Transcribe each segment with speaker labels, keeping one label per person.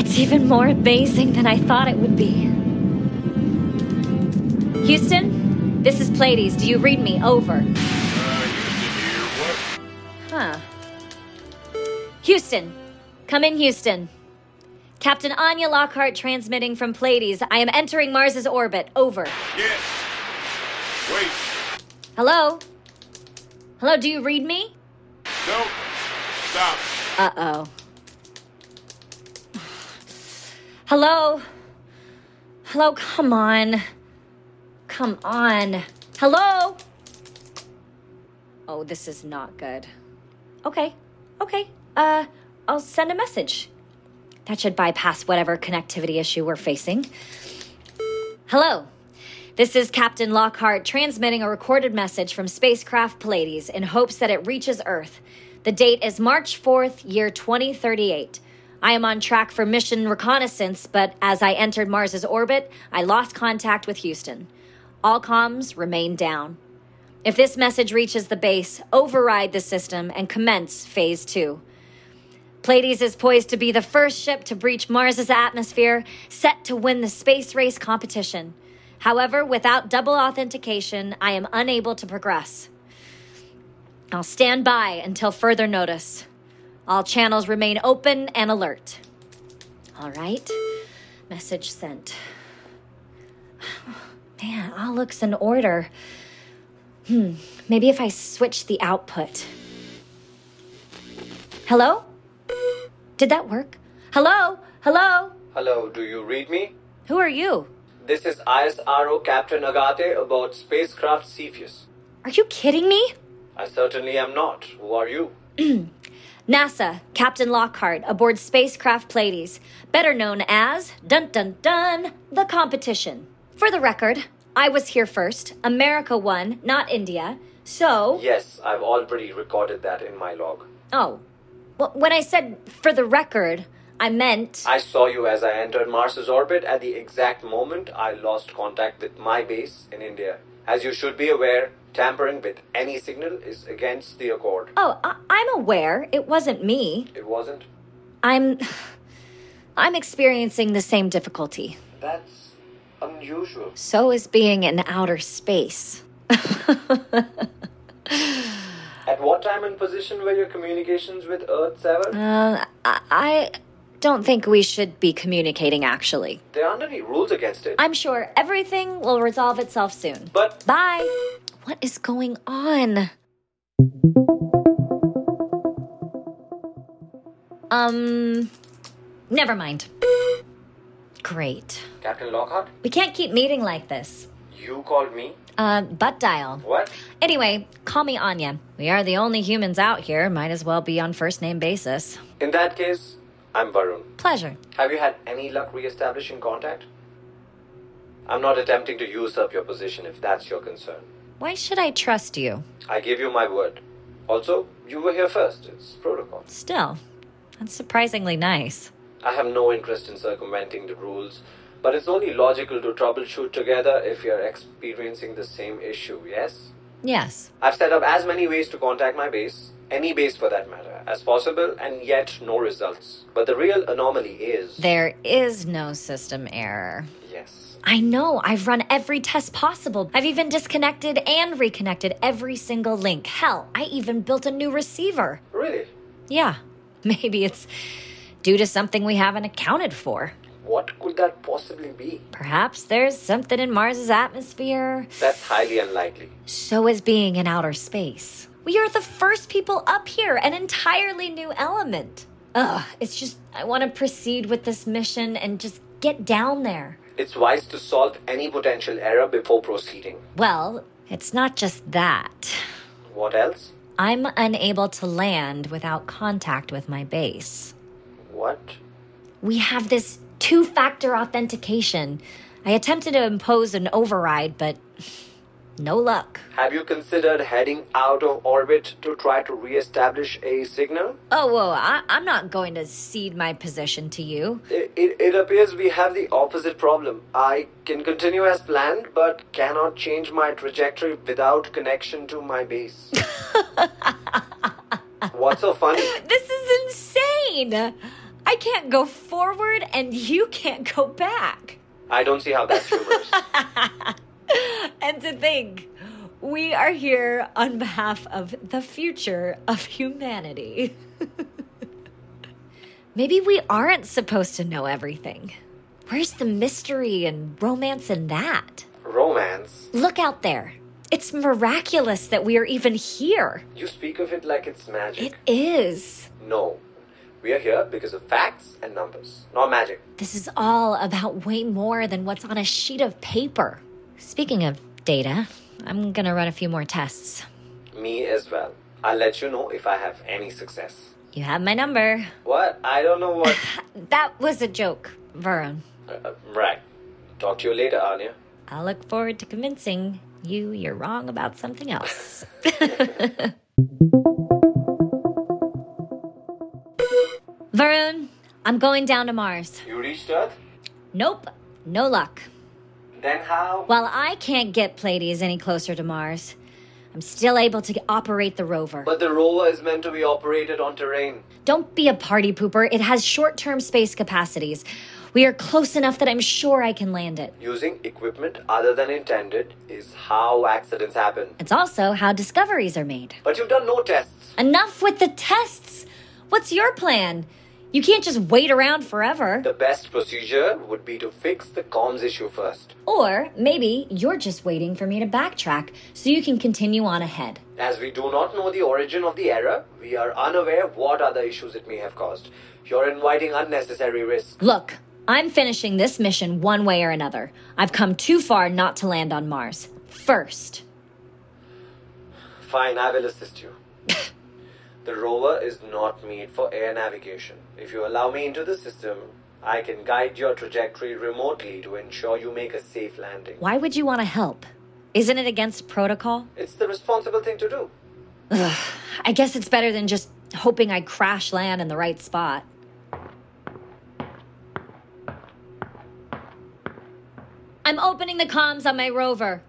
Speaker 1: is even more amazing than I thought it would be. Houston, this is Pleiades. Do you read me? Over.
Speaker 2: Uh, Houston here. What?
Speaker 1: Huh. Houston. Come in, Houston. Captain Anya Lockhart transmitting from Pleiades. I am entering Mars's orbit. Over.
Speaker 2: Yes. Wait.
Speaker 1: Hello? Hello, do you read me?
Speaker 2: No. Stop.
Speaker 1: Uh oh. Hello? Hello, come on. Come on. Hello? Oh, this is not good. Okay, okay. Uh, I'll send a message. That should bypass whatever connectivity issue we're facing. Hello. This is Captain Lockhart transmitting a recorded message from spacecraft Pleiades in hopes that it reaches Earth. The date is March 4th, year 2038. I am on track for mission reconnaissance, but as I entered Mars's orbit, I lost contact with Houston. All comms remain down. If this message reaches the base, override the system and commence phase two. Pleiades is poised to be the first ship to breach Mars's atmosphere, set to win the space race competition. However, without double authentication, I am unable to progress. I'll stand by until further notice. All channels remain open and alert. All right. Message sent. Man, all looks in order. Hmm, maybe if I switch the output. Hello? Did that work? Hello? Hello?
Speaker 3: Hello, do you read me?
Speaker 1: Who are you?
Speaker 3: This is ISRO Captain Agate about spacecraft Cepheus.
Speaker 1: Are you kidding me?
Speaker 3: I certainly am not. Who are you?
Speaker 1: NASA, Captain Lockhart, aboard spacecraft Pleiades, better known as Dun Dun Dun, the competition. For the record, I was here first. America won, not India. So,
Speaker 3: Yes, I've already recorded that in my log.
Speaker 1: oh, well, when I said for the record, I meant
Speaker 3: I saw you as I entered Mars's orbit at the exact moment I lost contact with my base in India. As you should be aware, tampering with any signal is against the Accord.
Speaker 1: Oh, I- I'm aware. It wasn't me.
Speaker 3: It wasn't?
Speaker 1: I'm I'm experiencing the same difficulty.
Speaker 3: That's unusual.
Speaker 1: So is being in outer space.
Speaker 3: At what time and position were your communications with Earth severed?
Speaker 1: Uh, I, I don't think we should be communicating, actually.
Speaker 3: There aren't any rules against it.
Speaker 1: I'm sure everything will resolve itself soon.
Speaker 3: But
Speaker 1: Bye. What is going on? Um, never mind. Great.
Speaker 3: Captain Lockhart,
Speaker 1: We can't keep meeting like this.
Speaker 3: you called me.
Speaker 1: Uh, butt dial.
Speaker 3: What?
Speaker 1: Anyway, call me Anya. We are the only humans out here. Might as well be on first name basis.
Speaker 3: In that case, I'm Varun.
Speaker 1: Pleasure.
Speaker 3: Have you had any luck re-establishing contact? I'm not attempting to usurp your position if that's your concern.
Speaker 1: Why should I trust you?
Speaker 3: I give you my word. Also, you were here first. It's protocol.
Speaker 1: Still, that's surprisingly nice.
Speaker 3: I have no interest in circumventing the rules, but it's only logical to troubleshoot together if you're experiencing the same issue, yes?
Speaker 1: Yes.
Speaker 3: I've set up as many ways to contact my base, any base for that matter, as possible, and yet no results. But the real anomaly is.
Speaker 1: There is no system error.
Speaker 3: Yes.
Speaker 1: I know, I've run every test possible. I've even disconnected and reconnected every single link. Hell, I even built a new receiver.
Speaker 3: Really?
Speaker 1: Yeah, maybe it's due to something we haven't accounted for.
Speaker 3: What could that possibly be?
Speaker 1: Perhaps there's something in Mars's atmosphere.
Speaker 3: That's highly unlikely.
Speaker 1: So is being in outer space. We are the first people up here, an entirely new element. Ugh, it's just, I want to proceed with this mission and just get down there.
Speaker 3: It's wise to solve any potential error before proceeding.
Speaker 1: Well, it's not just that.
Speaker 3: What else?
Speaker 1: I'm unable to land without contact with my base.
Speaker 3: What?
Speaker 1: We have this two factor authentication. I attempted to impose an override, but no luck.
Speaker 3: Have you considered heading out of orbit to try to re establish a signal?
Speaker 1: Oh, whoa, I- I'm not going to cede my position to you.
Speaker 3: It, it, it appears we have the opposite problem. I can continue as planned, but cannot change my trajectory without connection to my base. What's so funny?
Speaker 1: This is insane. I I can't go forward and you can't go back.
Speaker 3: I don't see how that's humorous.
Speaker 1: and to think, we are here on behalf of the future of humanity. Maybe we aren't supposed to know everything. Where's the mystery and romance in that?
Speaker 3: Romance?
Speaker 1: Look out there. It's miraculous that we are even here.
Speaker 3: You speak of it like it's magic.
Speaker 1: It is.
Speaker 3: No. We are here because of facts and numbers, not magic.
Speaker 1: This is all about way more than what's on a sheet of paper. Speaking of data, I'm gonna run a few more tests.
Speaker 3: Me as well. I'll let you know if I have any success.
Speaker 1: You have my number.
Speaker 3: What? I don't know what.
Speaker 1: That was a joke, Varun.
Speaker 3: Uh, uh, right. Talk to you later, Anya.
Speaker 1: I look forward to convincing you you're wrong about something else. Varun, I'm going down to Mars.
Speaker 3: You reached Earth?
Speaker 1: Nope, no luck.
Speaker 3: Then how?
Speaker 1: While I can't get Pleiades any closer to Mars, I'm still able to operate the rover.
Speaker 3: But the rover is meant to be operated on terrain.
Speaker 1: Don't be a party pooper. It has short term space capacities. We are close enough that I'm sure I can land it.
Speaker 3: Using equipment other than intended is how accidents happen.
Speaker 1: It's also how discoveries are made.
Speaker 3: But you've done no tests.
Speaker 1: Enough with the tests! What's your plan? You can't just wait around forever.
Speaker 3: The best procedure would be to fix the comms issue first.
Speaker 1: Or maybe you're just waiting for me to backtrack so you can continue on ahead.
Speaker 3: As we do not know the origin of the error, we are unaware what other issues it may have caused. You're inviting unnecessary risk.
Speaker 1: Look, I'm finishing this mission one way or another. I've come too far not to land on Mars. First.
Speaker 3: Fine, I will assist you. the rover is not made for air navigation. If you allow me into the system, I can guide your trajectory remotely to ensure you make a safe landing.
Speaker 1: Why would you want to help? Isn't it against protocol?
Speaker 3: It's the responsible thing to do.
Speaker 1: I guess it's better than just hoping I crash land in the right spot. I'm opening the comms on my rover.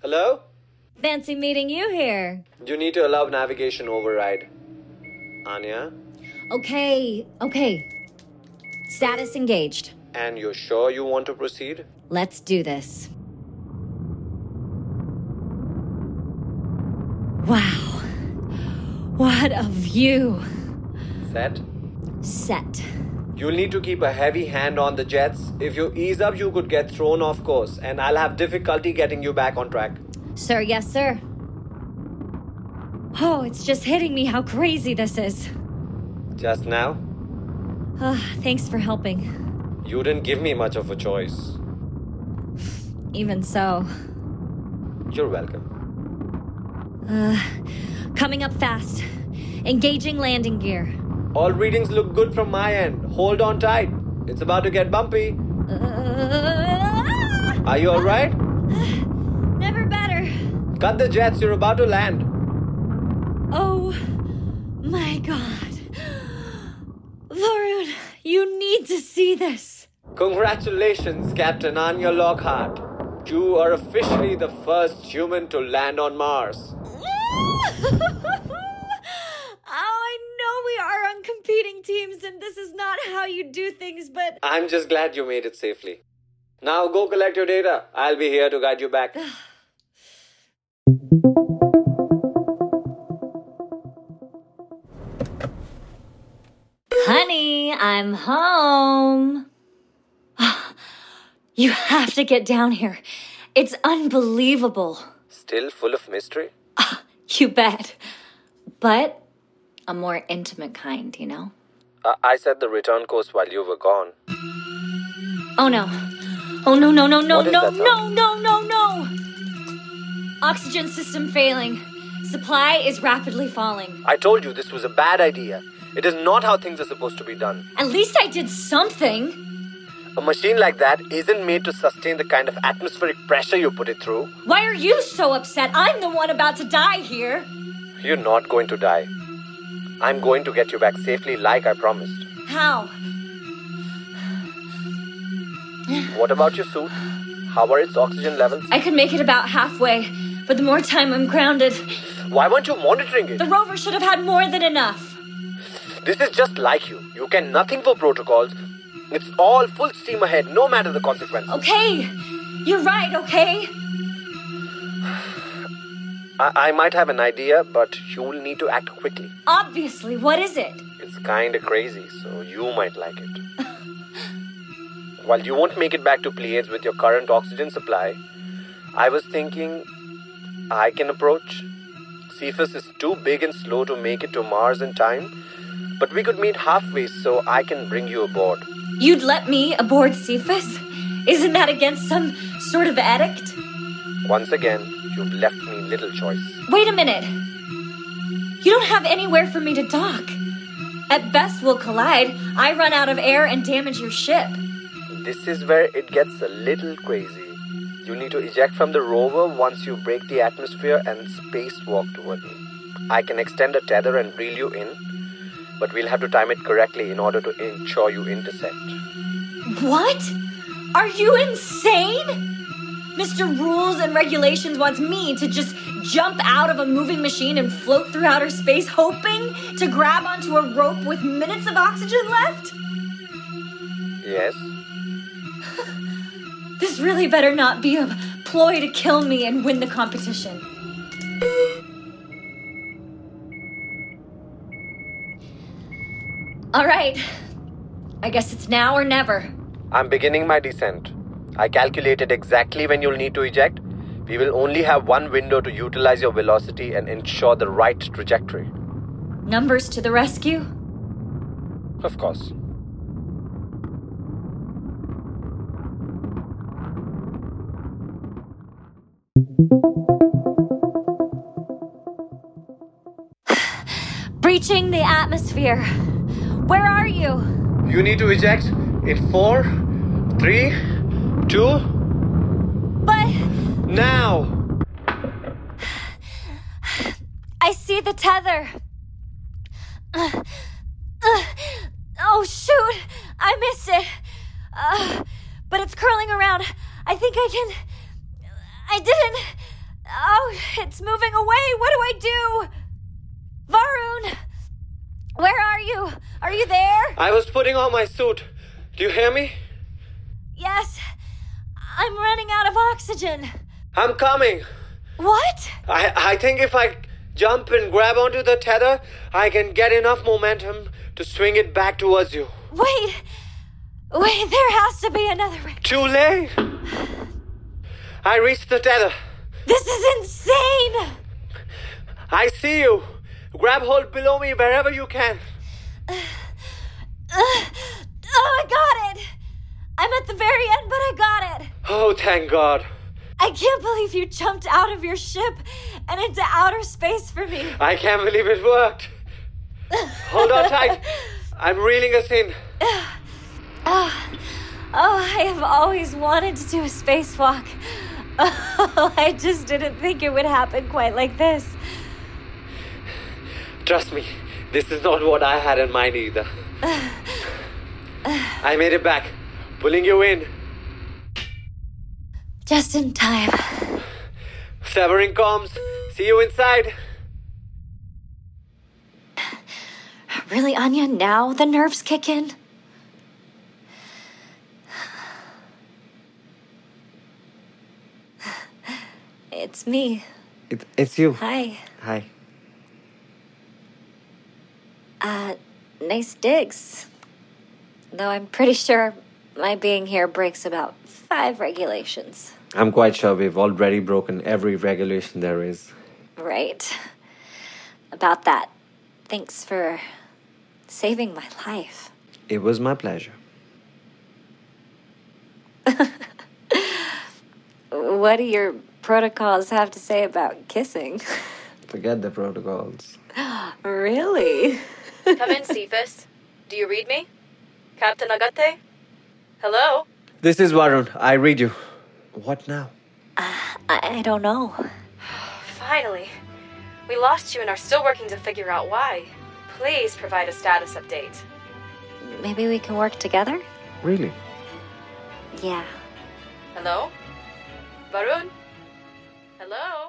Speaker 3: Hello?
Speaker 1: Fancy meeting you here.
Speaker 3: You need to allow navigation override. Anya?
Speaker 1: Okay, okay. Status engaged.
Speaker 3: And you're sure you want to proceed?
Speaker 1: Let's do this. Wow. What a view.
Speaker 3: Set?
Speaker 1: Set.
Speaker 3: You'll need to keep a heavy hand on the jets. If you ease up, you could get thrown off course, and I'll have difficulty getting you back on track.
Speaker 1: Sir, yes, sir. Oh, it's just hitting me how crazy this is.
Speaker 3: Just now,
Speaker 1: Ah, thanks for helping.
Speaker 3: you didn't give me much of a choice.
Speaker 1: Even so.
Speaker 3: You're welcome.
Speaker 1: uh, Coming up fast. Engaging landing gear.
Speaker 3: All readings look good from my end. Hold on tight. It's about to get bumpy.
Speaker 1: Uh,
Speaker 3: Are you alright?
Speaker 1: never better.
Speaker 3: Cut the jets, you're about to land.
Speaker 1: Oh my god. Varun, you need to see this.
Speaker 3: Congratulations, Captain Anya Lockhart. You are officially the first human to land on Mars.
Speaker 1: oh, I know we are on competing teams and this is not how you do things, but
Speaker 3: I'm just glad you made it safely. Now go collect your data. I'll be here to guide you back.
Speaker 1: honey, I'm home. You have to get down here. It's unbelievable.
Speaker 3: Still full of mystery?
Speaker 1: You bet. But a more intimate kind, you know?
Speaker 3: I, I said the return course while you were gone.
Speaker 1: Oh no. Oh no, no, no, no,
Speaker 3: What is
Speaker 1: no,
Speaker 3: that
Speaker 1: no,
Speaker 3: sound?
Speaker 1: no, no, no. Oxygen system failing. Supply is rapidly falling.
Speaker 3: I told you this was a bad idea. It is not how things are supposed to be done.
Speaker 1: At least I did something.
Speaker 3: A machine like that isn't made to sustain the kind of atmospheric pressure you put it through.
Speaker 1: Why are you so upset? I'm the one about to die here.
Speaker 3: You're not going to die. I'm going to get you back safely, like I promised.
Speaker 1: How?
Speaker 3: What about your suit? How are its oxygen levels?
Speaker 1: I could make it about halfway, but the more time I'm grounded,
Speaker 3: Why weren't you monitoring it?
Speaker 1: the rover should have had more than enough.
Speaker 3: This is just like you. You can nothing for protocols. It's all full steam ahead, no matter the consequences.
Speaker 1: Okay, you're right, okay?
Speaker 3: I, I might have an idea, but you'll need to act quickly.
Speaker 1: Obviously, what is it?
Speaker 3: It's kinda crazy, so you might like it. While you won't make it back to Pleiades with your current oxygen supply, I was thinking I can approach. Cephas is too big and slow to make it to Mars in time, but we could meet halfway so I can bring you aboard.
Speaker 1: You'd let me aboard Cephas? Isn't that against some sort of edict?
Speaker 3: Once again, you've left me little choice.
Speaker 1: Wait a minute. You don't have anywhere for me to dock. At best, we'll collide. I run out of air and damage your ship.
Speaker 3: This is where it gets a little crazy. You need to eject from the rover once you break the atmosphere and spacewalk toward me. I can extend a tether and reel you in, but we'll have to time it correctly in order to ensure you intersect.
Speaker 1: What? Are you insane? Mr. Rules and Regulations wants me to just jump out of a moving machine and float through outer space, hoping to grab onto a rope with minutes of oxygen left?
Speaker 3: Yes?
Speaker 1: This really better not be a ploy to kill me and win the competition. All right. I guess it's now or never.
Speaker 3: I'm beginning my descent. I calculated exactly when you'll need to eject. We will only have one window to utilize your velocity and ensure the right trajectory.
Speaker 1: Numbers to the rescue?
Speaker 3: Of course.
Speaker 1: Breaching the atmosphere. Where are you?
Speaker 3: You need to eject in four, three, two,
Speaker 1: But
Speaker 3: now!
Speaker 1: I see the tether. Ugh. Ugh. oh, shoot. I missed it. Ugh. but it's curling around. I think I can. I didn't. Oh, it's moving away. What do I do? Varun, where are you? Are you there?
Speaker 3: I was putting on my suit. Do you hear me?
Speaker 1: Yes. I'm running out of oxygen.
Speaker 3: I'm coming.
Speaker 1: What?
Speaker 3: I, I think if I jump and grab onto the tether, I can get enough momentum to swing it back towards you.
Speaker 1: Wait. Wait, there has to be another way.
Speaker 3: Too late! I reached the tether.
Speaker 1: This is insane!
Speaker 3: I see you. Grab hold below me wherever you can.
Speaker 1: Ugh. oh, I got it! I'm at the very end, but I got it!
Speaker 3: Oh, thank God.
Speaker 1: I can't believe you jumped out of your ship and into outer space for me.
Speaker 3: I can't believe it worked. Hold on tight. I'm reeling us in.
Speaker 1: Oh, oh, I have always wanted to do a spacewalk. Oh, I just didn't think it would happen quite like this.
Speaker 3: Trust me, this is not what I had in mind either. I made it back, pulling you in,
Speaker 1: Just in time.
Speaker 3: severing comms. See you inside.
Speaker 1: Really, Anya, now the nerves kick in? It's me.
Speaker 3: It, it's you.
Speaker 1: Hi.
Speaker 3: Hi.
Speaker 1: Uh, nice digs. Though I'm pretty sure my being here breaks about five regulations,
Speaker 3: I'm quite sure we've already broken every regulation there is.
Speaker 1: right? About that, thanks for saving my life.
Speaker 3: It was my pleasure.
Speaker 1: What do your protocols have to say about kissing?
Speaker 3: Forget the protocols.
Speaker 1: really?
Speaker 4: Come in, Cephas. Do you read me? Captain Agate? Hello?
Speaker 3: This is Varun. I read you. What now?
Speaker 1: I, I don't know.
Speaker 4: Finally. We lost you and are still working to figure out why. Please provide a status update.
Speaker 1: Maybe we can work together?
Speaker 3: Really?
Speaker 1: Yeah.
Speaker 4: Hello? Varun? Hello?